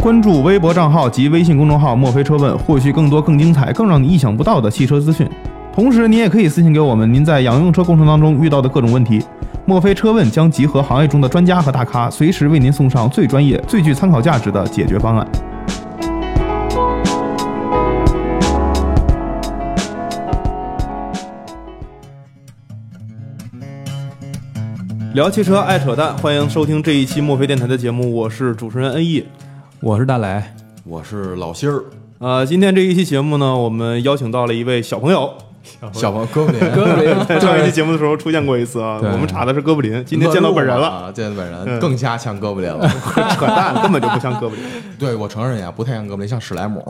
关注微博账号及微信公众号“墨菲车问”，获取更多更精彩、更让你意想不到的汽车资讯。同时，您也可以私信给我们您在养用车过程当中遇到的各种问题。墨菲车问将集合行业中的专家和大咖，随时为您送上最专业、最具参考价值的解决方案。聊汽车爱扯淡，欢迎收听这一期墨菲电台的节目，我是主持人恩义。我是大来，我是老心儿，呃，今天这一期节目呢，我们邀请到了一位小朋 友，小朋友哥们， 哥们儿在上一期节目的时候出现过一次啊。对我们查的是哥布林，今天见到本人 了，啊，见到本嗯人更加像哥布林了。 扯淡，根本就不像哥布林。对我承认呀，不太像哥布林，像史莱姆。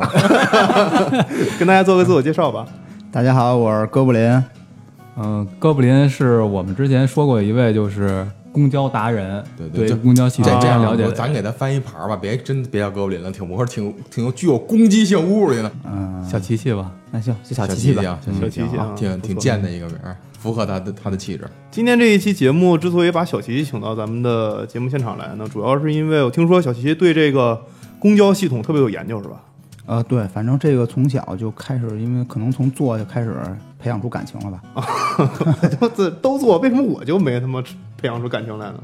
跟大家做个自我介绍吧。 大家好，我是哥布林。嗯、哥布林是我们之前说过一位就是公交达人，对对就公交系这统这样啊了解我的咱给他翻一盘吧，别真别叫哥布林了，挺我说挺挺有具有攻击性侮辱力的，嗯，小琪琪吧，那行就小小琪琪琪吧。啊，小小琪琪琪啊啊挺不错挺贱的一个名儿，符合他的他的气质。今天这一期节目之所以把小琪琪请到咱们的节目现场来呢，主要是因为我听说小琪琪对这个公交系统特别有研究，是吧？呃，对，反正这个从小就开始，因为可能从做就开始培养出感情了吧。都这都做，为什么我就没他妈培养出感情来呢？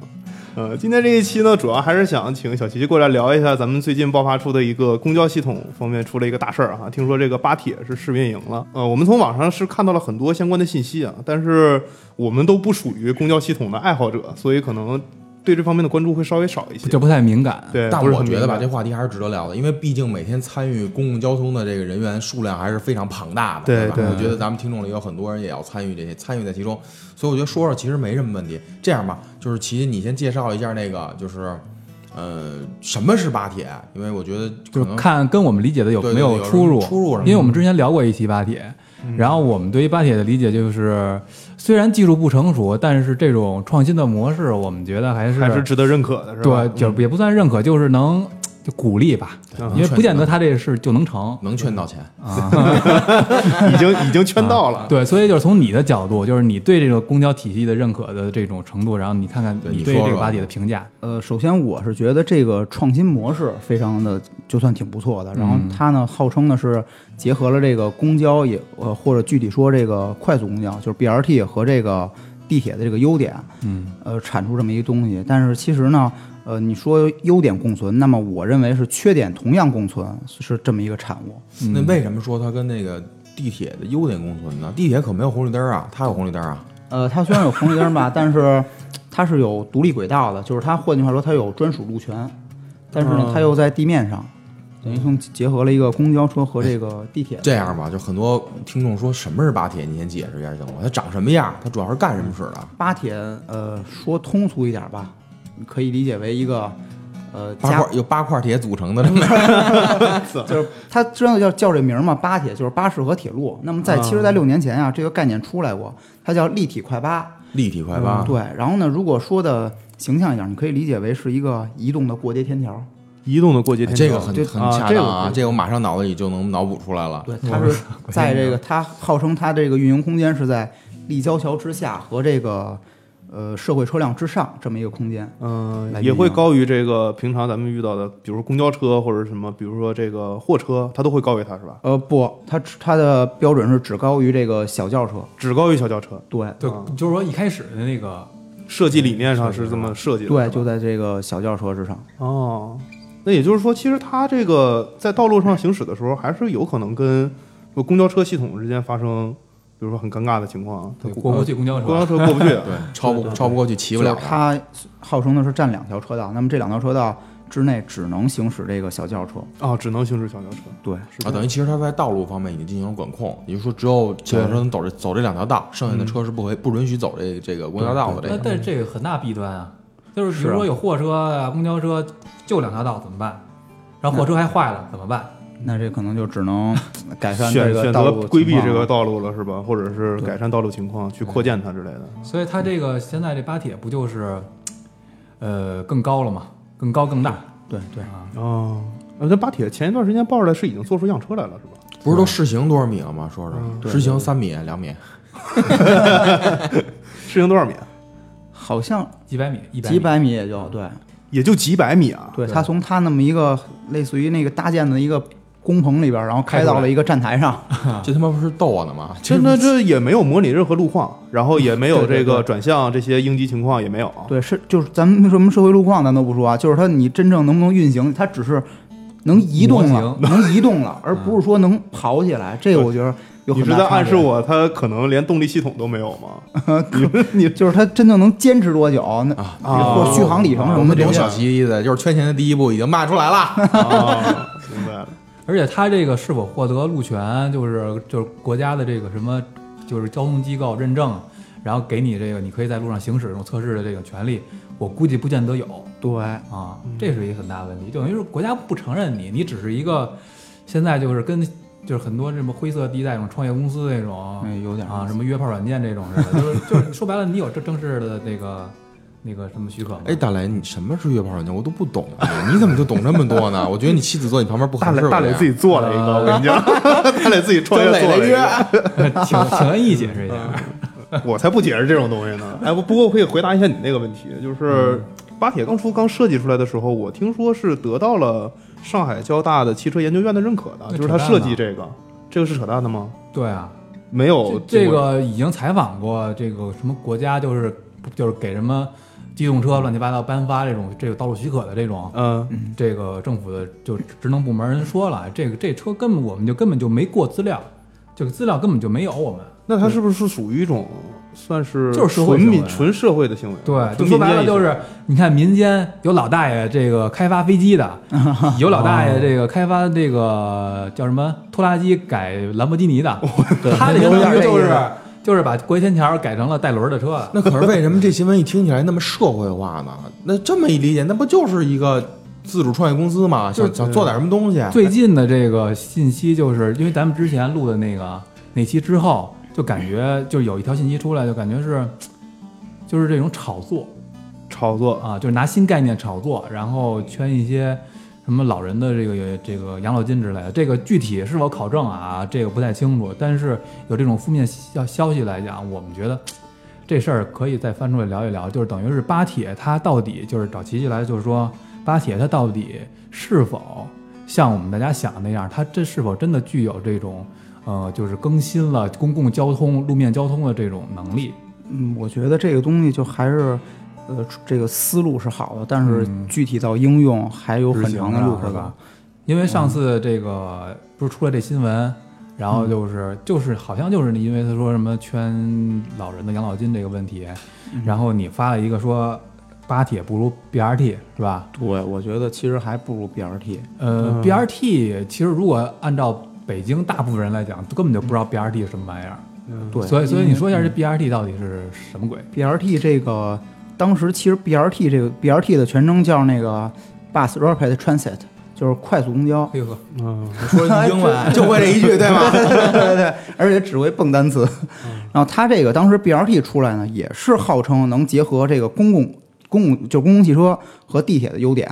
呃，今天这一期呢，主要还是想请小琪琪过来聊一下咱们最近爆发出的一个公交系统方面出了一个大事儿哈。啊听说这个巴铁是试运营了，呃，我们从网上是看到了很多相关的信息啊，但是我们都不属于公交系统的爱好者，所以可能对这方面的关注会稍微少一些这。不太敏感。对，但不是我很觉得吧，明这白话题还是值得聊的，因为毕竟每天参与公共交通的这个人员数量还是非常庞大的，对吧？对我觉得咱们听众里有很多人也要参与这些，参与在其中，所以我觉得说说其实没什么问题。这样吧，就是琪，你先介绍一下那个，就是呃，什么是巴铁？因为我觉得可就是能看跟我们理解的有对对没有什么出入，出入什么嗯因为我们之前聊过一期巴铁，然后我们对于巴铁的理解就是，虽然技术不成熟，但是这种创新的模式，我们觉得还是还是值得认可的，是吧？对，嗯就是也不算认可，就是能就鼓励吧，嗯因为不见得他这事就能成。能劝到钱，嗯已经已经圈到啊了。对，所以就是从你的角度，就是你对这个公交体系的认可的这种程度，然后你看看对你你对说这个说巴铁的评价。呃，首先我是觉得这个创新模式非常的就算挺不错的。然后它呢，号称呢是结合了这个公交也呃，或者具体说这个快速公交，就是 BRT 和这个地铁的这个优点，嗯，呃，产出这么一东西。但是其实呢，呃，你说优点共存，那么我认为是缺点同样共存，是这么一个产物。嗯那为什么说它跟那个地铁的优点共存呢？地铁可没有红绿灯啊，它有红绿灯啊。呃，它虽然有红绿灯吧，但是它是有独立轨道的，就是它换句话说，它有专属路权，但是呢，它又在地面上，等于从结合了一个公交车和这个地铁。这样吧，就很多听众说什么是巴铁，你先解释一下行吗？它长什么样？它主要是干什么使的？巴铁，呃，说通俗一点吧，你可以理解为一个，呃，八加块由八块铁组成的 这么就是它知道叫叫这名儿嘛，巴铁就是巴士和铁路。那么在其实，在六年前啊，这个概念出来过，它叫立体快巴。立体快嗯巴，对，然后呢，如果说的形象一点，你可以理解为是一个移动的过街天桥。移动的过街天桥，哎这个很这很啊恰这当个啊，不这个我马上脑子里就能脑补出来了。对，它是在这个它号称它这个运营空间是在立交桥之下和这个呃社会车辆之上这么一个空间。嗯、来也运会营高于这个平常咱们遇到的，比如说公交车或者什么，比如说这个货车，它都会高于它是吧？呃，不，它只它的标准是只高于这个小轿车。只高于小轿车，对对啊，就是说一开始的那个，设计理念上是这么设计的。对，是吧就在这个小轿车之上。哦，那也就是说，其实它这个在道路上行驶的时候，还是有可能跟公交车系统之间发生，比如说很尴尬的情况，它过不去公交公交车，车过不去。对，超不超不过去，骑不了就是它。它号称的是占两条车道，那么这两条车道之内只能行驶这个小轿车。哦，只能行驶小轿车。对，啊，等于其实它在道路方面已经进行了管控，也就是说，只有小轿车能走这走这两条道，剩下嗯的车是不回不允许走这这个公交道的。这那个但是这个很大弊端啊，就是比是如啊说有货车啊、公交车就两条道怎么办？然后货车还坏了怎么办？那这可能就只能 改善选这选个道择路情规避况啊这个了。道路了是吧？或者是对改善道路情况，去扩建它之类的。所以它这个现在这巴铁不就是，呃，更高了嘛，更高更大。啊对对，哦，呃那巴铁前一段时间爆出来是已经做出样车来了，是吧？不是都试行多少米了吗？说嗯说对试行三米、两米，试行多少米？啊好像几百米，一百几百米也就对。也就几百米啊，对，它从它那么一个类似于那个搭建的一个工棚里边儿，然后开到了一个站台上，啊这他妈不是逗我呢吗？真的这也没有模拟任何路况，然后也没有对对这个对转向这些应急情况也没有。啊对，是就是咱们什么社会路况咱都不说啊，就是它你真正能不能运行，它只是能移动了， 能移动了，而不是说能跑起来。这个我觉得有你很是大在差暗别示，我它可能连动力系统都没有吗？ 就是它真正能坚持多久，那啊或续航里程什我么们的懂小齐的意思，就是圈钱的第一步已经骂出来了。 啊，明白了。而且它这个是否获得路权，就是就是国家的这个什么，就是交通机构认证，然后给你这个你可以在路上行驶这种测试的这个权利，我估计不见得有对。啊，这是一个很大问题，就等于是国家不承认你，你只是一个现在就是跟就是很多什么灰色地带那种创业公司那种，嗯，有点啊，意思什么约炮软件这种似的，就是就是说白了，你有这正式的那个那个什么许可吗？哎，大磊，你什么是月炮软件？我都不懂，啊你怎么就懂这么多呢？我觉得你妻子坐你旁边不合大适磊吧。大磊自己做了一个，我跟你讲， 大啊磊自己创业跟磊做磊了一约个，请请恩义解释一下。我才不解释这种东西呢。 嗯哎，不不过我可以回答一下你那个问题，就是巴铁刚出刚设计出来的时候，我听说是得到了上海交大的汽车研究院的认可的，那就是他扯淡设计呢这个，这个是扯淡的吗？对啊，没有这经过个已经采访过这个什么国家，就是就是给什么机动车乱七八糟颁发这种这个道路许可的这种，嗯这个政府的就职能部门人说了，这个这车根本我们就根本就没过资料，这个资料根本就没有我们。那它是不是属于一种算是就是社会纯行为啊民纯社会的行为？对，就纯民说白间了意识就是，你看民间有老大爷这个开发飞机的，有老大爷这个开发这个叫什么拖拉机改兰博基尼的，他这相当于就是就是把国天桥改成了带轮儿的车。 那可是为什么这新闻一听起来那么社会化呢？那这么一理解，那不就是一个自主创业公司吗？就想想做点什么东西，最近的这个信息，就是因为咱们之前录的那个那期之后，就感觉就有一条信息出来，就感觉是就是这种炒作炒作啊，就是拿新概念炒作，然后圈一些什么老人的这个这个养老金之类的。这个具体是否考证啊，这个不太清楚。但是有这种负面消消息来讲，我们觉得。这事儿可以再翻出来聊一聊，就是等于是巴铁它到底就是找琪琪来，就是说巴铁它到底是否像我们大家想的那样，它这是否真的具有这种呃，就是更新了公共交通、路面交通的这种能力？嗯，我觉得这个东西就还是，呃，这个思路是好的，但是具体到应用还有很长的路可是走吧。？因为上次这个不是出了这新闻，然后就是就是好像就是因为他说什么圈老人的养老金这个问题，然后你发了一个说巴铁不如 BRT 是吧？对，我觉得其实还不如 BRT。呃，BRT 其实如果按照北京大部分人来讲，根本就不知道 BRT 是什么玩意儿，对，嗯所以所以你说一下这 BRT 到底是什么鬼？ BRT 这个，当时其实 BRT 这个 BRT 的全称叫那个 Bus Rapid Transit，就是快速公交。哎呦呵，嗯，说英文 就会这 一句，对嗯吗？对对对，而且只会蹦单词。然后它这个当时 BRT 出来呢，也是号称能结合这个公共公共就公共汽车和地铁的优点。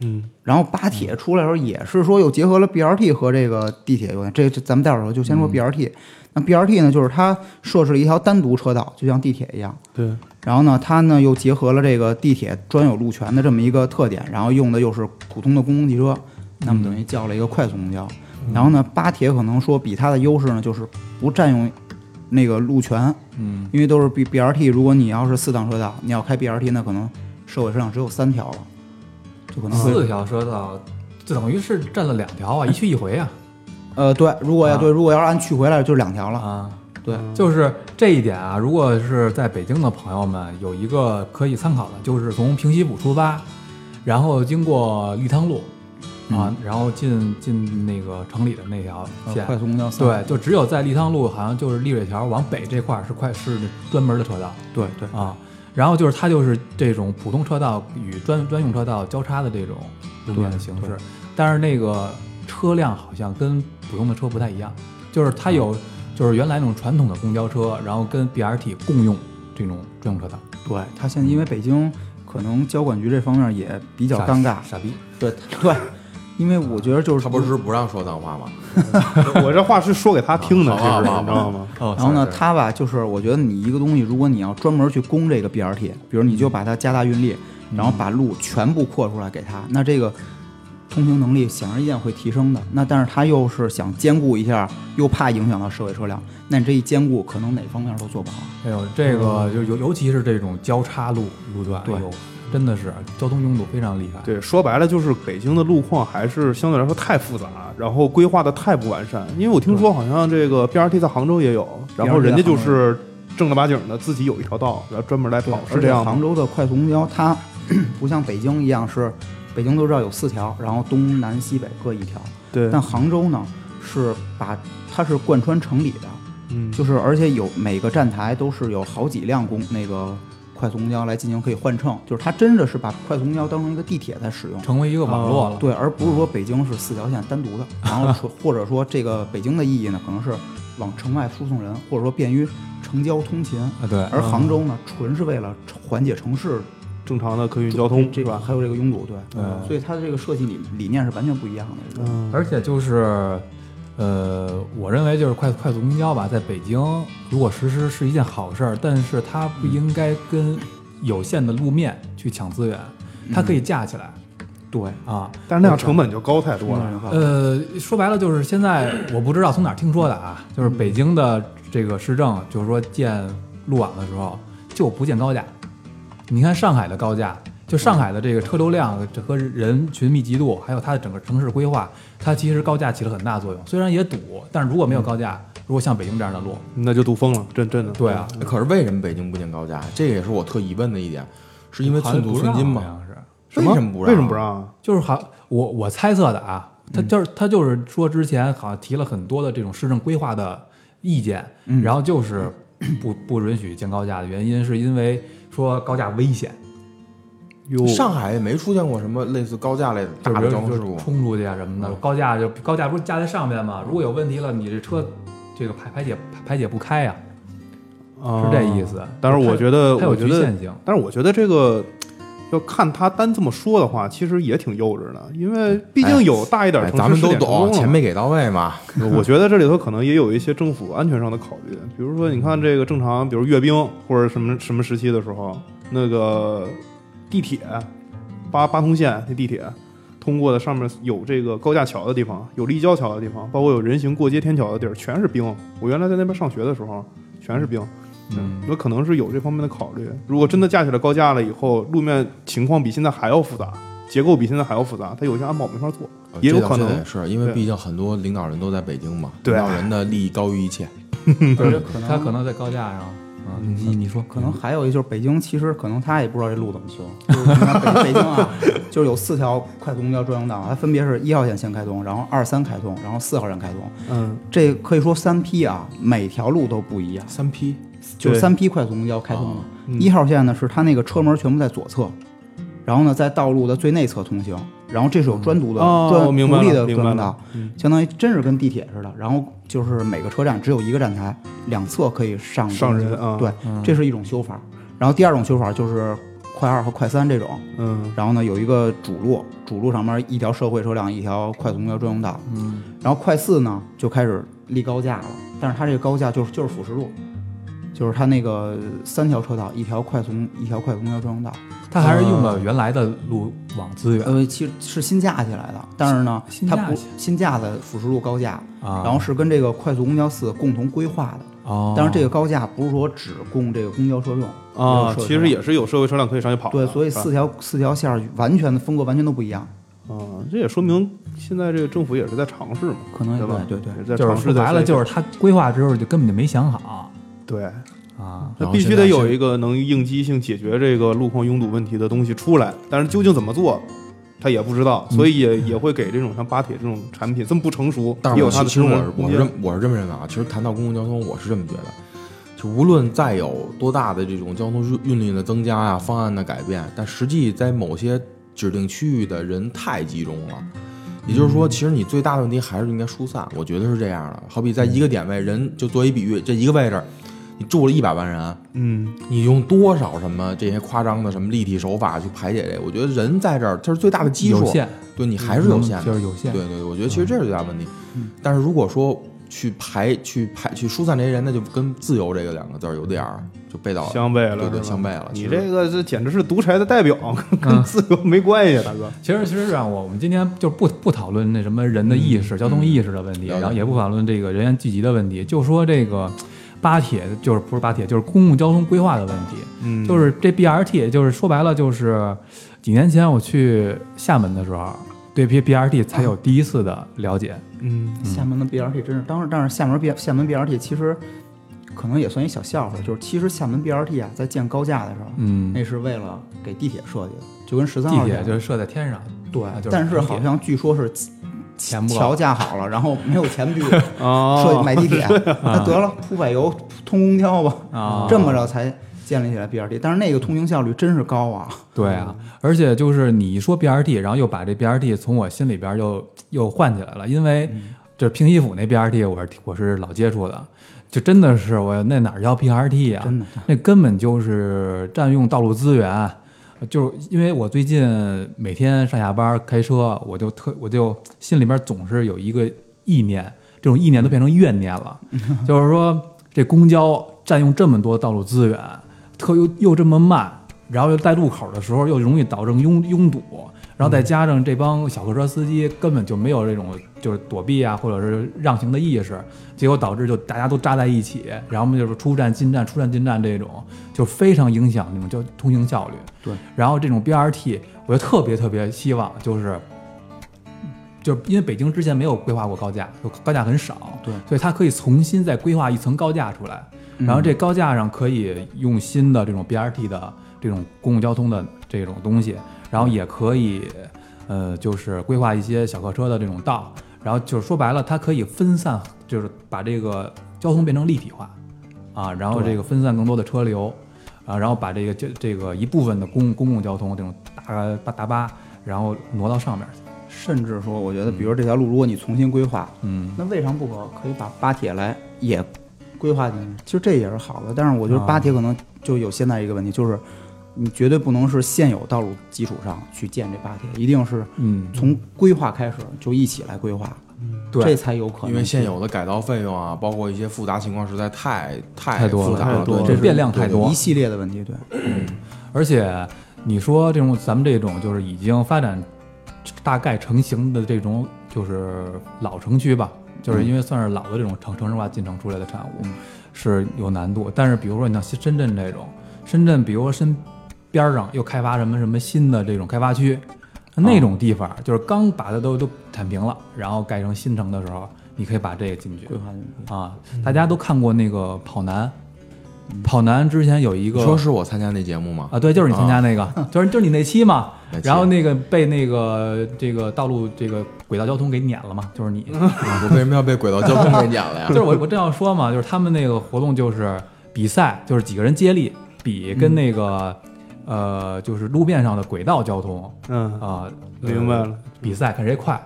嗯，然后巴铁出来的时候也是说又结合了 BRT 和这个地铁优点。这这咱们待会儿就先嗯说 BRT。那 BRT 呢，就是它设置了一条单独车道，就像地铁一样。对，然后呢，它呢又结合了这个地铁专有路权的这么一个特点，然后用的又是普通的公共汽车，那嗯么等于叫了一个快速公交。然后呢，巴铁可能说比它的优势呢就是不占用那个路权，嗯，因为都是 B B R T，如果你要是四档车道，你要开 B R T，那可能社会车辆只有三条了，就可能啊会四条车道，这等于是占了两条啊，一去一回啊呃对，如果要啊对，如果要是按去回来就是两条了，啊。对，就是这一点啊，如果是在北京的朋友们有一个可以参考的，就是从平西府出发，然后经过立汤路嗯啊，然后进进那个城里的那条呃线。快速公交三对，就只有在立汤路，好像就是立水桥往北这块儿是快是专门的车道对对啊。然后就是它就是这种普通车道与专专用车道交叉的这种路面的形式，但是那个车辆好像跟普通的车不太一样，就是它有就是原来那种传统的公交车，然后跟 BRT 共用这种专用车道，对，它现在因为北京可能交管局这方面也比较傻尴尬，傻逼。 对对，因为我觉得就是他不是不让说脏话吗？我这话是说给他听的，啊这是 好你吧好吧知道吗？哦然后呢，是是它嗯吧，就是我觉得你一个东西，如果你要专门去攻这个 BRT，比如你就把它加大运力，然后把路全部扩出来给他，那这个通行能力显而易见会提升的。那但是他又是想兼顾一下，又怕影响到社会车辆，那你这一兼顾，可能哪方面都做不好。哎呦，这个就尤尤其是这种交叉路路段，对哎呦，真的是交通拥堵非常厉害。对，说白了就是北京的路况还是相对来说太复杂，然后规划的太不完善。因为我听说好像这个 BRT 在杭州也有，然后人家就是正儿八经的自己有一条道，然后专门来跑，是而这且样吗杭？州的快速公交，它不像北京一样是，北京都知道有四条，然后东南西北各一条。对，但杭州呢，是把它是贯穿城里的，嗯，就是而且有每个站台都是有好几辆公那个快速公交来进行可以换乘，就是它真的是把快速公交当成一个地铁在使用。成为一个网络了。哦对，而不是说北京是四条线单独的，然后 说或者说这个北京的意义呢，可能是往城外输送人，或者说便于城郊通勤，啊，嗯对，而杭州呢，纯是为了缓解城市正常的客运交通这是个吧？还有这个拥堵，对，嗯所以它的这个设计理理念是完全不一样的。嗯，而且就是，呃，我认为就是快快速公交吧，在北京如果实施是一件好事儿，但是它不应该跟有限的路面去抢资源，它可以架起来、对，啊。但是那样成本就高太多了。啊了呃，说白了就是现在我不知道从哪儿听说的啊，就是北京的这个市政，就是说建路网的时候就不建高架。你看上海的高架，就上海的这个车流量这和人群密集度，还有它的整个城市规划，它其实高架起了很大作用。虽然也堵，但是如果没有嗯高架，如果像北京这样的路，那就堵疯了，真真的。对啊，可是为什么北京不建高架？这个也是我特疑问的一点，是因为好像寸不土寸金让好吗？像是，什为什么不让？为什么不？让啊？就是好，我我猜测的啊，他就是他就是说之前好像提了很多的这种市政规划的意见，然后就是不不允许建高架的原因，是因为说高架危险，哟，上海也没出现过什么类似高架类的就大是的比交如通就事故是。冲出去啊什么的，高架就高架不是架在上面吗？如果有问题了，你这车这个排排解排排解不开呀、啊是这意思。嗯但是我觉得，它有我觉局得限性，但是我觉得这个要看他单这么说的话，其实也挺幼稚的，因为毕竟有大一点哎，城市咱们试都点成功懂，了钱没给到位嘛。 我觉得这里头可能也有一些政府安全上的考虑，比如说，你看这个正常，比如阅兵或者什么什么时期的时候，那个地铁八八通线那地铁通过的上面有这个高架桥的地方，有立交桥的地方，包括有人行过街天桥的地儿，全是冰。我原来在那边上学的时候，全是冰。嗯，那可能是有这方面的考虑。如果真的架起来高架了以后，路面情况比现在还要复杂，结构比现在还要复杂，它有些安保没法做。也有这倒可是能也是因为对毕竟很多领导人都在北京嘛，对领导人的利益高于一切。就是可能它可能在高架上，嗯，你你说可能还有一就是北京，其实可能他也不知道这路怎么修。嗯就是你看北北京啊， 就是有四条快速公交专用道，它分别是一号线先开通，然后二三开通，然后四号线开通。嗯，这可以说三批啊，每条路都不一样，三 P 就是对三批快速公交开通哦嗯的。一号线呢是它那个车门全部在左侧，然后呢在道路的最内侧通行，然后这是有专独的哦专我明白独立了的明专白用了道嗯，相当于真是跟地铁似的。然后就是每个车站只有一个站台，两侧可以上上人啊对，这是一种修法。然后第二种修法就是快二和快三这种，嗯，然后呢，有一个主路，主路上面一条社会车辆，一条快速公交专用道。嗯，然后快四呢就开始立高架了，但是它这个高架就是就是辅食路，就是它那个三条车道，一条快速一条快速公交专用道。它还是用了原来的路网资源呃，其实是新架起来的，但是呢，新它架不起新架的辅食路高架，啊呃然后是跟这个快速公交四共同规划的。哦，但是这个高架不是说只供这个公交车用也有啊，社会其车实辆也是有社会车辆可以上去跑的。对，所以是吧四条四条线儿完全的风格完全都不一样，啊，这也说明现在这个政府也是在尝试嘛，可能也对吧？对对对也在就是尝说试在白了，就是他规划之后就根本就没想好对，嗯啊。它然后必须现在得有是一个能应激性解决这个路况拥堵问题的东西出来，但是究竟怎么做，他也不知道，嗯所以也也会给这种像巴铁这种产品这么不成熟，但也是有我它的嗯其实这我种是空我间是这么我是这么认为啊。其实谈到公共交通，我是这么觉得，就无论再有多大的这种交通运运力的增加啊，方案的改变，但实际在某些指定区域的人太集中了。也就是嗯说，其实你最大的问题还是应该疏散，我觉得是这样的。好比在嗯一个点位，人就做一比喻，这一个位置，你住了一百万人，啊嗯，你用多少什么这些夸张的什么立体手法去排解这个？我觉得人在这儿，它是最大的基有数，限嗯嗯对你还是有限的。就是有限。对对，对我觉得其实这是最大问题。但是如果说去排去排去疏散这些人，那就跟自由这个两个字儿有点儿就背道相悖了，对对是吧相悖了。你其实这个这简直是独裁的代表，跟嗯跟自由没关系，大哥。其实其实啊，我我们今天就不不讨论那什么人的意识、交通意识的问题，嗯了解然后也不讨论这个人员聚集的问题，就说这个巴铁就是不是巴铁，就是公共交通规划的问题。嗯，就是这 BRT，就是说白了就是几年前我去厦门的时候，对 B BRT 才嗯有第一次的了解。嗯，厦门的 BRT 真是，当时但是厦门 B 厦门 BRT 其实可能也算一小笑话，就是其实厦门 BRT 啊，在建高架的时候，嗯，哎那是为了给地铁设计的，就跟十三地号铁一就样是设在天上，对啊就，是但地是铁好像据说是钱不桥够。架好了，然后没有 钱去设计哦，买地铁，啊那得了铺柏油通公交啊哦吧，这么着才建立起来 BRT，但是那个通行效率真是高啊，对啊，而且就是你一说 BRT，然后又把这 BRT 从我心里边又又唤起来了，因为嗯这平西府那 BRT 我是我是老接触的，就真的是我那哪儿叫 BRT 啊？真的。那根本就是占用道路资源。就是因为我最近每天上下班开车，我就特我就心里边总是有一个意念，这种意念都变成怨念 了。就是说，这公交占用这么多道路资源，特又又这么慢，然后又在路口的时候又容易导致拥拥堵，然后再加上这帮小客车司机根本就没有这种就是躲避啊或者是让行的意识，结果导致就大家都扎在一起，然后我们就是出站进站、出站进站这种，就非常影响那种叫通行效率。对，然后这种 BRT，我就特别特别希望就是。就是因为北京之前没有规划过高架，就高架很少，对所以它可以重新再规划一层高架出来，然后这高架上可以用新的这种 BRT 的这种公共交通的这种东西，然后也可以呃就是规划一些小客车的这种道，然后就是说白了，它可以分散，就是把这个交通变成立体化啊，然后这个分散更多的车流啊，然后把这个这这个一部分的公公共交通这种大大大巴，然后挪到上面去，甚至说，我觉得，比如这条路，如果你重新规划，嗯，那未尝不可，可以把巴铁来也规划进去。其实这也是好的，但是我觉得巴铁可能就有现在一个问题，就是你绝对不能是现有道路基础上去建这巴铁，一定是嗯，从规划开始就一起来规划，这对，才有可能。因为现有的改造费用啊，包括一些复杂情况实在太太太多了复杂太多对了这这变量太多一，系列的问题，对，而且你说这种咱们这种就是已经发展大概成型的这种就是老城区吧，嗯就是因为算是老的这种城城市化进程出来的产物，是有难度。但是比如说你像深深圳这种，深圳比如说深边儿上又开发什么什么新的这种开发区，那种地方就是刚把它都都铲平了，然后盖成新城的时候，你可以把这个进去规划进去。啊。嗯大家都看过那个《跑男》，《跑男》之前有一你个说是我参加那节目吗？啊，对，就是你参加那个，就是就是你那期嘛那，期然后那个被那个这个道路这个轨道交通给撵了嘛，就是你，啊我为什么要被轨道交通给 撵了呀就是我我正要说嘛，就是他们那个活动就是比赛，就是几个人接力比跟那个、呃就是路面上的轨道交通嗯，啊、呃明白了，比赛看谁快，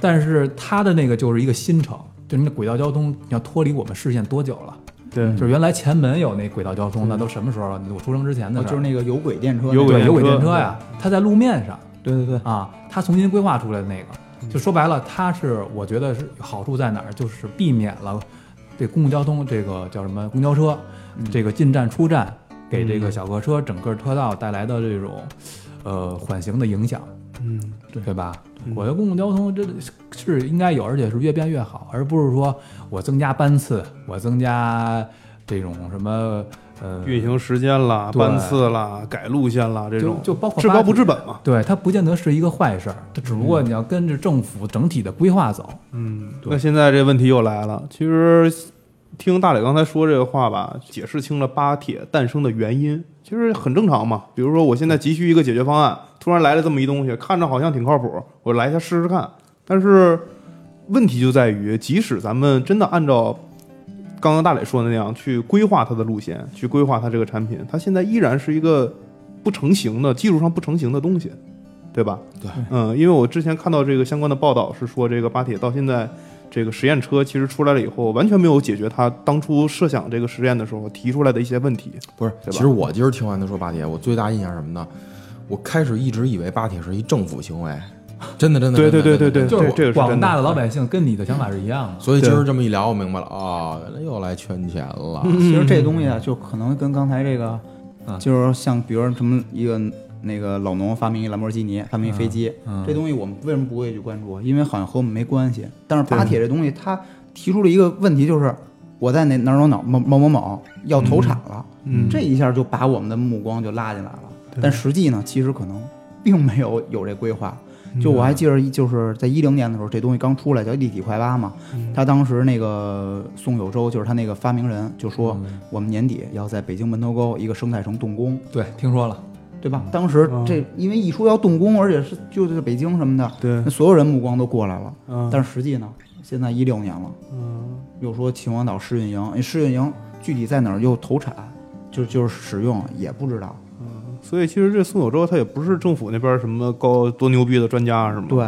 但是他的那个就是一个新城，就是你的轨道交通要脱离我们视线多久了？对嗯就是原来前门有那轨道交通，那都什么时候了？我出生之前的哦事就儿是那个有轨电车那个，有轨对，有轨电电车车呀，它在路面上对对对，啊，它重新规划出来的那个，就说白了，它是我觉得是好处在哪儿，就是避免了这公共交通这个叫什么公交车这个进站出站给这个小客车整个车道带来的这种呃缓行的影响，嗯，对吧嗯？我觉得公共交通这是应该有，而且是越变越好，而不是说我增加班次，我增加这种什么呃运行时间啦、对班次啦、改路线啦这就种，就包括治巴标士不治本嘛。对，它不见得是一个坏事儿，它只不过你要跟着政府整体的规划走。嗯，对那现在这问题又来了。其实听大磊刚才说这个话吧，解释清了巴铁诞生的原因，其实很正常嘛。比如说，我现在急需一个解决方案，突然来了这么一东西，看着好像挺靠谱，我来一下试试看。但是问题就在于，即使咱们真的按照刚刚大磊说的那样去规划它的路线，去规划它这个产品，它现在依然是一个不成形的技术上不成形的东西，对吧？对，嗯，因为我之前看到这个相关的报道是说，这个巴铁到现在这个实验车其实出来了以后，完全没有解决它当初设想这个实验的时候提出来的一些问题。不是，对吧其实我今儿听完他说巴铁，我最大印象是什么呢？我开始一直以为巴铁是一政府行为，真的真的，对对真的对对真的对就是这个是广真的大的老百姓跟你的想法是一样的。所以今儿这么一聊，我明白了，哦，原来又来圈钱了。其实这东西啊，就可能跟刚才这个，嗯就是像比如说什么一个那个老农发明一兰博基尼，发明一飞机，嗯嗯这东西我们为什么不会去关注？因为好像和我们没关系。但是巴铁这东西，它提出了一个问题，就是我在哪哪儿哪儿哪儿某某某某要投产了，嗯这一下就把我们的目光就拉进来了。但实际呢，其实可能并没有有这规划。嗯就我还记得，就是在一零年的时候，这东西刚出来叫立体快八嘛，嗯他当时那个宋有洲，就是他那个发明人，就嗯说我们年底要在北京门头沟一个生态城动工，对，听说 了，对吧？当时这因为一说要动工，而且是就在北京什么的，对那所有人目光都过来了。嗯嗯但是实际呢，现在一六年了，嗯又说秦皇岛试运营，哎试运营具体在哪儿又投产，就就是使用也不知道。所以其实这宋有洲他也不是政府那边什么高多牛逼的专家是吗？对，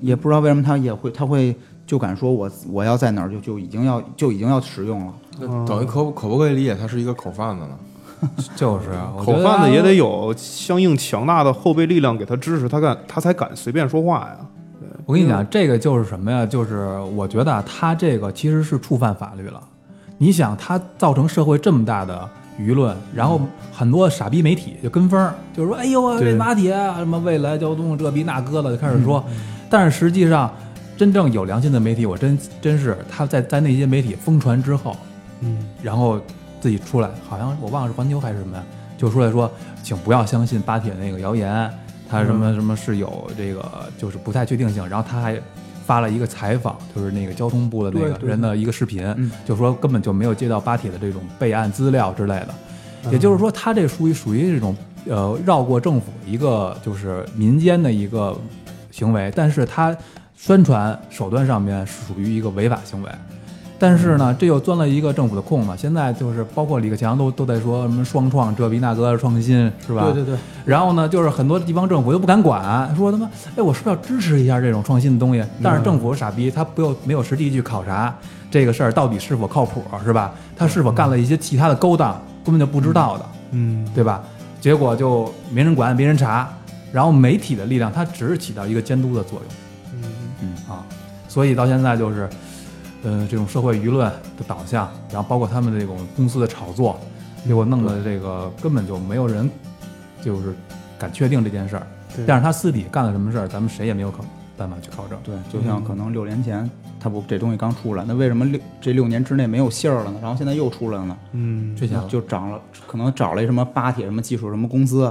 也不知道为什么他也会，他会就敢说我我要在哪儿就就已经要就已经要使用了。那等于可不可不可以理解它是一个口贩子呢？就是我觉口得贩子也得有相应强大的后备力量给他支持，他敢他才敢随便说话呀。我跟你讲，这个就是什么呀？就是我觉得啊，他这个其实是触犯法律了。你想，他造成社会这么大的舆论，然后很多傻逼媒体就跟风儿，就是说：“哎呦啊，对嗯这马铁啊，什么未来交通这逼那哥的，就开始说。但是实际上，真正有良心的媒体，我真真是他在在那些媒体疯传之后，嗯，然后自己出来，好像我忘了是环球还是什么呀，就出来说，请不要相信巴铁那个谣言，他什嗯么什么是有这个就是不太确定性。然后他还发了一个采访，就是那个交通部的那对个对人的一个视频嗯，就说根本就没有接到巴铁的这种备案资料之类的。嗯也就是说，他这属于属于这种呃绕过政府一个就是民间的一个行为，但是他宣传手段上面是属于一个违法行为。但是呢，这又钻了一个政府的空子。现在就是包括李克强都都在说什么双创这逼那个创新是吧？对，然后呢，就是很多地方政府又不敢管，说他妈，哎，我是不是要支持一下这种创新的东西？嗯但是政府傻逼，他不又没有实地去考察这个事儿到底是否靠谱，是吧？他是否干了一些其他的勾当，根本就不知道的，嗯，对吧？结果就没人管，没人查，然后媒体的力量，它只是起到一个监督的作用嗯啊。所以到现在就是，呃，这种社会舆论的导向，然后包括他们这种公司的炒作，结果弄得这个根本就没有人就是敢确定这件事儿。对但是他私底干了什么事儿，咱们谁也没有考办法去考证。对，就像可能六年前，它不这东西刚出来，那为什么六这六年之内没有信儿了呢？然后现在又出来了呢？嗯这下就涨了，可能找了一什么巴铁什么技术什么公司，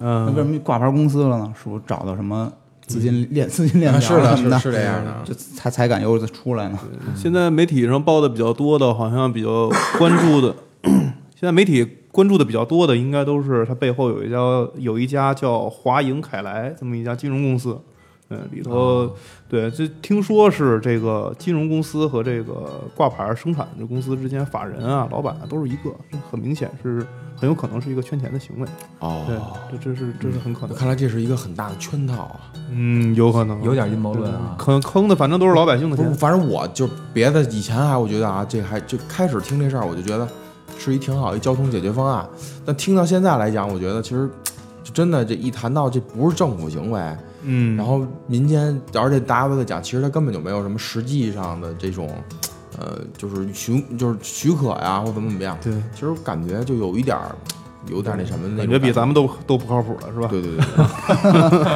那为什嗯，么挂牌公司了呢？是不是找到什么资金链资金链啊是条的什么的？是是这样的就才才敢又出来呢？现在媒体上报的比较多的，好像比较关注的， 现在媒体关注的比较多的，应该都是它背后有一家有一家叫华盈凯莱这么一家金融公司。嗯，里头对，这听说是这个金融公司和这个挂牌生产的公司之间，法人啊、老板啊都是一个，这很明显是很有可能是一个圈钱的行为。对哦，，这这是这是很可能。看来这是一个很大的圈套啊！嗯，有可能，有点阴谋论啊。坑坑的，反正都是老百姓的不是，钱。反正我就别的以前还我觉得啊，这还就开始听这事儿，我就觉得是一挺好一交通解决方案。但听到现在来讲，我觉得其实就真的这一谈到这不是政府行为，嗯然后民间，而且大家都在讲，其实它根本就没有什么实际上的这种，呃，就是许就是许可呀，或怎么怎么样。对，其实感觉就有一点儿，有点儿那什么那感种觉比咱们们都都不靠谱了，是吧？对对对对，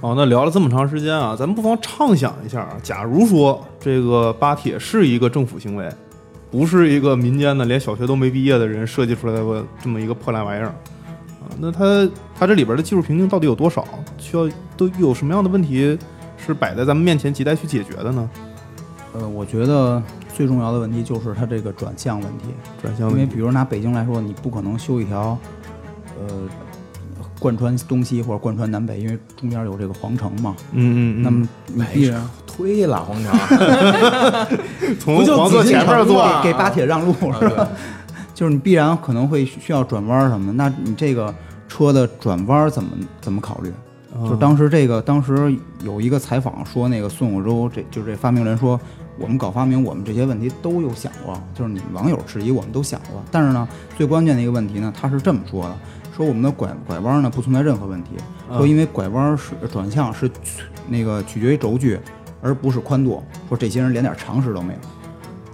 哦，那聊了这么长时间啊，咱们不妨畅想一下啊，假如说这个巴铁是一个政府行为，不是一个民间的连小学都没毕业的人设计出来的这么一个破烂玩意儿啊，那它它这里边的技术瓶颈到底有多少？需要都有什么样的问题是摆在咱们面前亟待去解决的呢？呃，我觉得最重要的问题就是它这个转向问题，转嗯向因问为题比如拿北京来说，你不可能修一条，呃，贯穿东西或者贯穿南北，因为中间有这个皇城嘛。嗯嗯嗯，那么你必然推了皇城，从黄色前面坐啊给给巴铁让路是吧？ 就是你必然可能会需要转弯什么的，那你这个车的转弯怎么怎么考虑？啊嗯就当时这个，当时有一个采访说，那个宋有洲这就是这发明人说，我们搞发明，我们这些问题都有想过，就是你们网友质疑我们都想过。但是呢，最关键的一个问题呢，他是这么说的：说我们的拐拐弯呢不存在任何问题，嗯说因为拐弯是转向是那个取决于轴距，而不是宽度。说这些人连点常识都没有。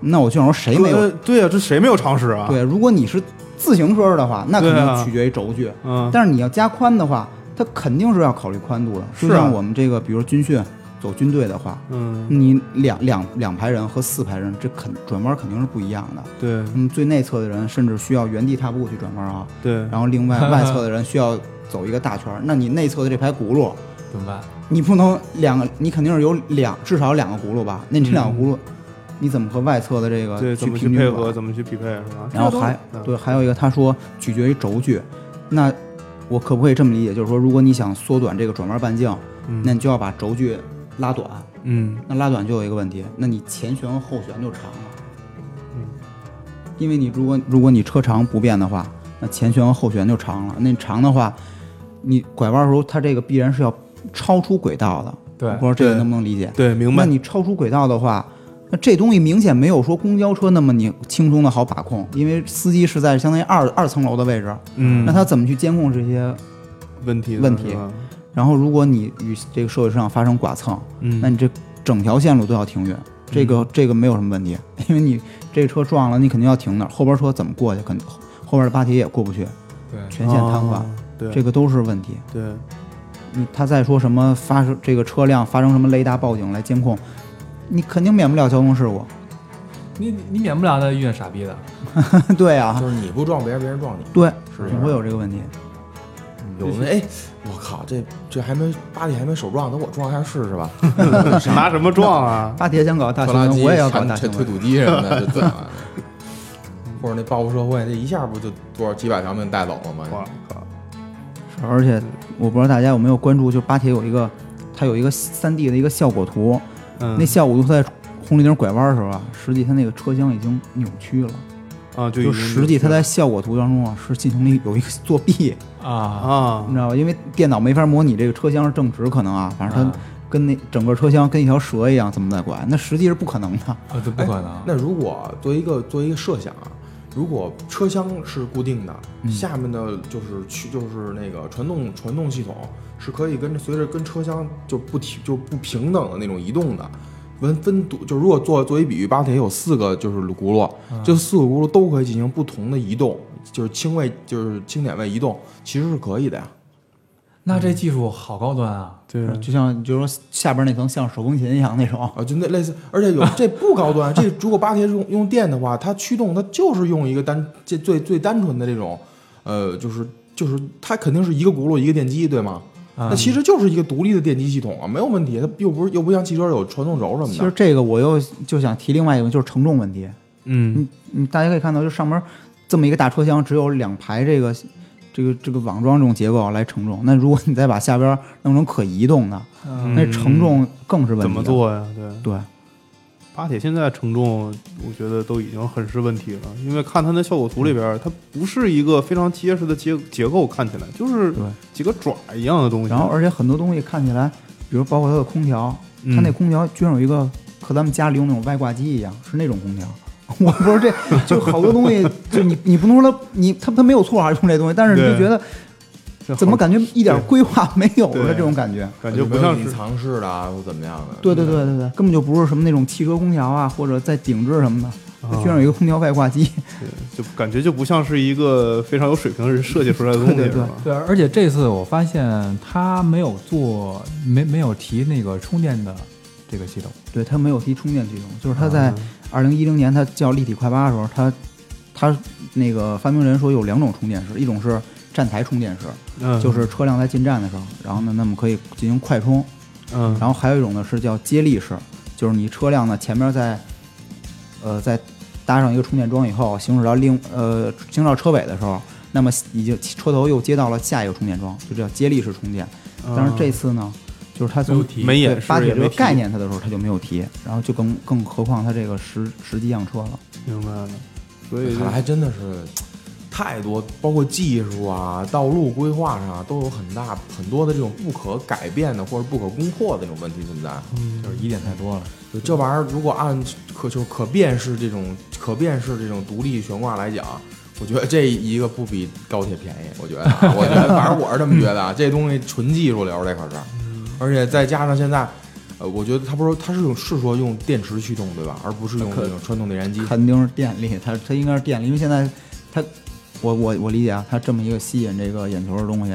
那我就想说，谁没有呃？对啊，这谁没有常识啊？，对，如果你是自行车的话，那肯对啊定取决于轴距。嗯，但是你要加宽的话，它肯定是要考虑宽度的。是就啊像我们这个，比如军训走军队的话，嗯，你两两两排人和四排人，这肯转弯肯定是不一样的。对嗯，最内侧的人甚至需要原地踏步去转弯啊，对，然后另外外侧的人需要走一个 大圈儿。那你内侧的这排轱辘，怎么办？你不能两个，你肯定是有两至少有两个轱辘吧？那你这两个轱辘，你怎么和外侧的这个嗯对，怎去么去平均配转合，怎么去匹配，是吧？然后还这个都嗯对，还有一个他说取决于轴距，那我可不可以这么理解？就是说，如果你想缩短这个转弯半径，嗯那你就要把轴距拉短。嗯那拉短就有一个问题，那你前悬和后悬就长了。嗯，因为你如果如果你车长不变的话，那前悬和后悬就长了。那你长的话，你拐弯的时候，它这个必然是要超出轨道的。对我不知道这个对能不能理解？对，明白那。你超出轨道的话，那这东西明显没有说公交车那么你轻松的好把控，因为司机是在相当于二二层楼的位置，嗯，那他怎么去监控这些？问题的问题是吧然后，如果你与这个社会上发生剐蹭，嗯，那你这整条线路都要停运，这个这个没有什么问题，因为你这车撞了，你肯定要停那儿，后边车怎么过去？肯定后边的八铁也过不去，对，全线瘫痪，哦对这个都是问题。对，你他再说什么发生这个车辆发生什么雷达报警来监控，你肯定免不了交通事故。你你免不了那遇见傻逼的， 对 啊，就是你不撞别人，别人撞你，对，是总会有这个问题。嗯有那哎，我靠，这这还没八戒还没手撞，等我撞一下试试吧。拿什么撞啊？巴铁想搞大拖新拉闻，机、我也要搞铲大推新推土闻。机什么 的，就最好。或者那报复社会，这一下不就多少几百条命带走了吗？我靠，是而且我不知道大家有没有关注，就巴铁有一个，它有一个三 D 的一个效果图，嗯，那效果图在红绿灯拐弯的时候啊，实际它那个车厢已经扭曲了，啊，就就已经实际它在效果图当中啊是进行了有一个 作弊，啊，啊你知，道吧？因为电脑没法模拟这个车厢是正直，可能啊，反正它嗯跟那整个车厢跟一条蛇一样怎么在拐，那实际是不可能的。啊，这不可能。那如果作为一个作为一个设想啊，如果车厢是固定的，下面的就是去就是那个传动传动系统是可以跟着随着跟车厢就不停就不平等的那种移动的。分分独就如果做作为比喻，巴铁有四个就是轱辘，这四个轱辘都可以进行不同的移动，就是轻位就是轻点位移动，其实是可以的呀。那这技术好高端啊！对就像你就说下边那层像手风琴一样那种，啊，就那类似，而且有这不高端，这如果巴铁用用电的话，它驱动它就是用一个单这最最单纯的这种，呃，就是就是它肯定是一个轱辘一个电机，对吗？啊那其实就是一个独立的电机系统啊，没有问题，它又不是又不像汽车有传动轴什么的。其实这个我又就想提另外一个问题，就是承重问题。嗯，嗯，大家可以看到，就上面这么一个大车厢，只有两排这个这个这个网状这种结构来承重。那如果你再把下边弄成可移动的，嗯那承重更是问题。啊怎么？做呀？对，对，巴铁现在承重，我觉得都已经很是问题了，因为看它那效果图里边，它不是一个非常结实的结结构，看起来就是对几个爪一样的东西。然后而且很多东西看起来，比如包括它的空调，嗯它那空调居然有一个和咱们家里用那种外挂机一样，是那种空调。 我不是这，就好多东西，就你你不能说它你它它没有错啊，用这东西，但是你就对觉得这好怎么感觉一点对规划没有对了这种感觉。嗯感觉不像隐是藏式的啊，或怎么样的？对对对对对，根本就不是什么那种汽车空调啊，或者在顶置什么的，啊它居然有一个空调外挂机。 就感觉就不像是一个非常有水平的人设计出来的东西，对对是对吧？对，而且这次我发现他没有做，没没有提那个充电的这个系统。对，它没有提充电系统，就是它在二零一零年它叫立体快八的时候，它它那个发明人说有两种充电式，一种是站台充电式，嗯，就是车辆在进站的时候，然后呢，那么可以进行快充，嗯，然后还有一种呢是叫接力式，就是你车辆呢前面在，呃，在搭上一个充电桩以后，行驶到另呃行驶到车尾的时候，那么已经车头又接到了下一个充电桩，就叫接力式充电。嗯但是这次呢，就是它从没对演示发也铁这没个提概念它的时候，它就没有提，然后就更更何况它这个实实际样车了。明白了，所以就还还真的是太多，包括技术啊、道路规划上啊，都有很大很多的这种不可改变的或者不可攻破的这种问题存在。就是疑点太多了。就这玩意儿，如果按可就是可变式这种可变式这种独立悬挂来讲，我觉得这一个不比高铁便宜。我觉得啊，我觉得反正我是这么觉得啊，这东西纯技术流，这可是，嗯而且再加上现在，呃，我觉得它不是它是用是说用电池驱动对吧，而不是用可那种传统内燃机。肯定是电力，它它应该是电力，因为现在它，我我我理解啊，它这么一个吸引这个眼球的东西，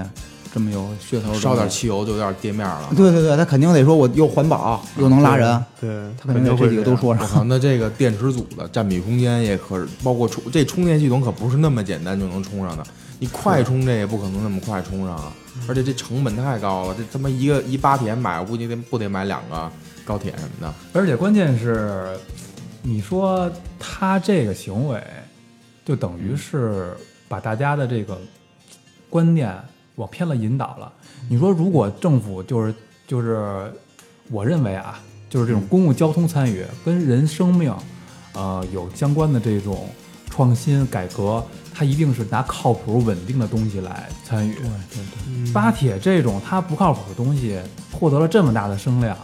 这么有噱头的东西，烧点汽油就有点地面了。啊对对对，它肯定得说我又环保又能拉人，对，它肯定得会这几个这都样。说我上。靠，那这个电池组的占比空间也可是，包括充这充电系统可不是那么简单就能充上的。你快充这也不可能那么快充上啊，嗯而且这成本太高了，这他妈一个一八铁买，我估计得不得买两个高铁什么的。而且关键是，你说他这个行为，就等于是把大家的这个观念往偏了引导了。你说，如果政府就是就是，我认为啊，就是这种公共交通参与跟人生命，呃，有相关的这种创新改革，它一定是拿靠谱稳定的东西来参与。嗯巴铁这种它不靠谱的东西获得了这么大的声量，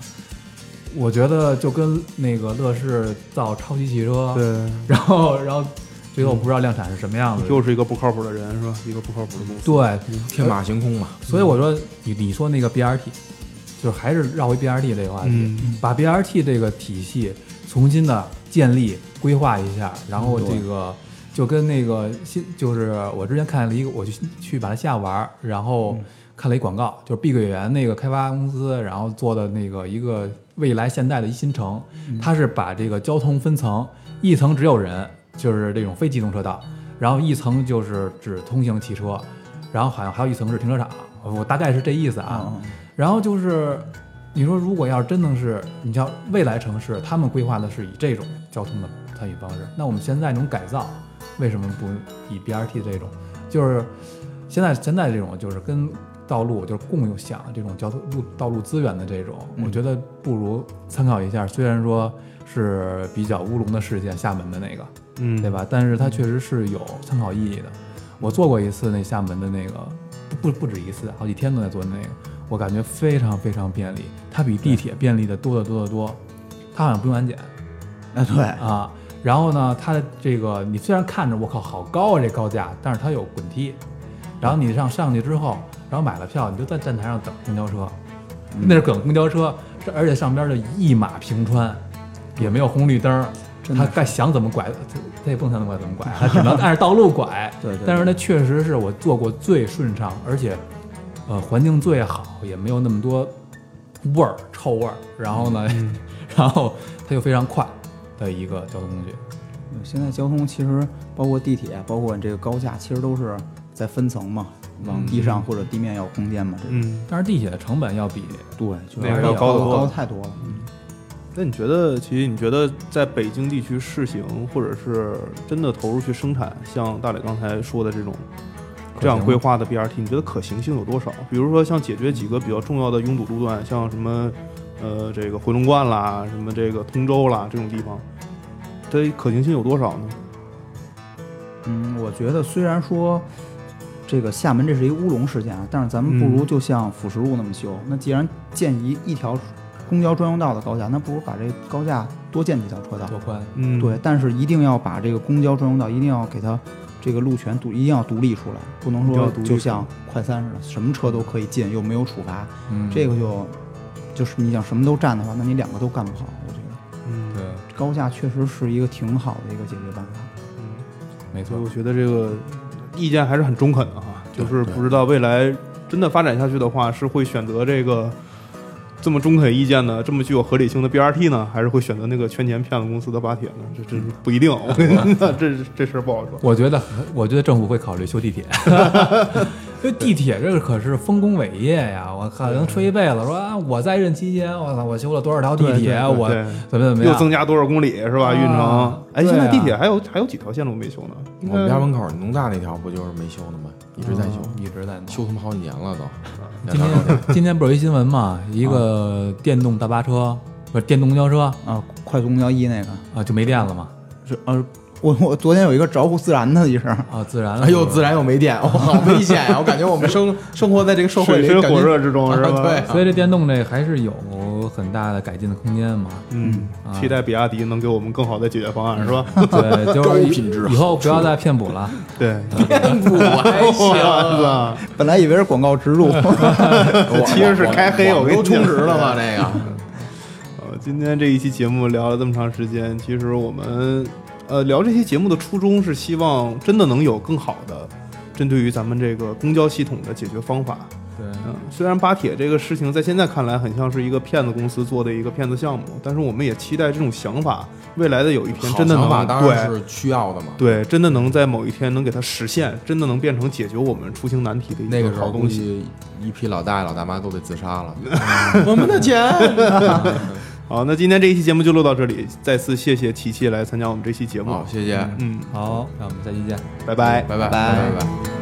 我觉得就跟那个乐视造超级汽车，对，然后然后最后不知道量产是什么样子，就是一个不靠谱的人是吧？一个不靠谱的公司。对，天马行空嘛，所以我说你你说那个 BRT，就是还是绕回 BRT 这个话题，嗯把 BRT 这个体系重新的建立规划一下，然后这个就跟那个新就是我之前看了一个，我去去马来西亚玩儿，然后看了一广告，就是碧桂园那个开发公司，然后做的那个一个未来现代的一新城，它是把这个交通分层，一层只有人，就是这种非机动车道。然后一层就是只通行汽车，然后好像还有一层是停车场，我大概是这意思啊。嗯然后就是你说，如果要是真的是你像未来城市，他们规划的是以这种交通的参与方式，那我们现在能改造，为什么不以 BRT 这种？就是现在现在这种就是跟道路就是共有享这种交通路道路资源的这种，我觉得不如参考一下。虽然说是比较乌龙的事件，厦门的那个，嗯，对？吧？但是它确实是有参考意义的。我做过一次那厦门的那个，不不不止一次，好几天都在做那个，我感觉非常非常便利，它比地铁便利的多得多得多。它好像不用安检啊，对，啊，然后呢，它的这个你虽然看着我靠好高啊这高架，但是它有滚梯，然后你上上去之后，然后买了票，你就在站台上等公交车，嗯那是等公交车，是而且上边就一马平川，也没有红绿灯儿，真的他该想怎么拐，他他也不能想怎么拐怎么拐，他只 能按着道路拐。对对但是那确实是我做过最顺畅，而且呃环境最好，也没有那么多味儿臭味儿。然后呢，嗯然后它又非常快的一个交通工具。现在交通其实包括地铁，包括你这个高架，其实都是在分层嘛，往地上或者地面要空间嘛。这个嗯，但是地铁的成本要比对，就那个要高得多高太多了。那你觉得，其实你觉得在北京地区试行，或者是真的投入去生产，像大磊刚才说的这种这样规划的 BRT，你觉得可行性有多少？比如说像解决几个比较重要的拥堵路段，像什么呃这个回龙观啦，什么这个通州啦这种地方，它可行性有多少呢？嗯，我觉得虽然说这个厦门这是一乌龙事件啊，但是咱们不如就像腐蚀路那么修。那既然建一一条公交专用道的高架，那不如把这高架多建几条车道。多宽，嗯，对，，但是一定要把这个公交专用道一定要给它这个路权独一定要独立出来，不能一定要说独立出就来像快三似的，什么车都可以进，又没有处罚，嗯，这个就就是你想什么都占的话，那你两个都干不好。我觉得嗯，对，高架确实是一个挺好的一个解决办法。没所错以我。觉得这个意见还是很中肯的哈，就是不知道未来真的发展下去的话，是会选择这个这么中肯意见呢，这么具有合理性的 BRT 呢，还是会选择那个圈钱骗了公司的巴铁呢？这真是不一定，我跟 你讲，这这事儿不好说。我觉得，我觉得政府会考虑修地铁，因为地铁这个可是丰功伟业呀！我靠，能吹一辈子，说啊，我在任期间，我操，我修了多少条地对铁，对我对怎么怎么又样，增加多少公里是吧？啊运城，哎，对啊现在地铁还有还有几条线路没修呢？呃我们家门口农大那条不就是没修呢吗？一直在修，一直在弄。修他妈好几年了都。哦嗯今天今天不是有一新闻嘛？一个电动大巴车不是电动公交车啊，快速公交一那个啊就没电了嘛？是呃我我昨天有一个着火自燃的一声，啊，自然了， 哎呦，自然又没电，哇，好危险啊呀！我感觉我们生生活在这个社会水里，深感觉火热之中是吧？啊对所以这电动这还是有很大的改进的空间嘛。嗯，期待比亚迪能给我们更好的解决方案是吧？对，就高是品质以以后不要再骗补了。对， 电补还 行，我操，本来以为是广告 植入，这其实是开黑，我跟都你讲充值了吗？这个呃，今天这一期节目聊了这么长时间，其实我们呃聊这期节目的初衷是希望真的能有更好的针对于咱们这个公交系统的解决方法。对，嗯，虽然巴铁这个事情在现在看来很像是一个骗子公司做的一个骗子项目，但是我们也期待这种想法未来的有一天真的好能想法当然对是需要的嘛。对，真的能在某一天能给它实现，真的能变成解决我们出行难题的那一个个时好候东估西。计一批老大爷老大妈都得自 杀了。我们的钱，好，那今天这一期节目就录到这里，再次谢谢琪琪来参加我们这期节目，好，谢谢，嗯，好，那我们下期见。拜拜。拜拜拜拜拜。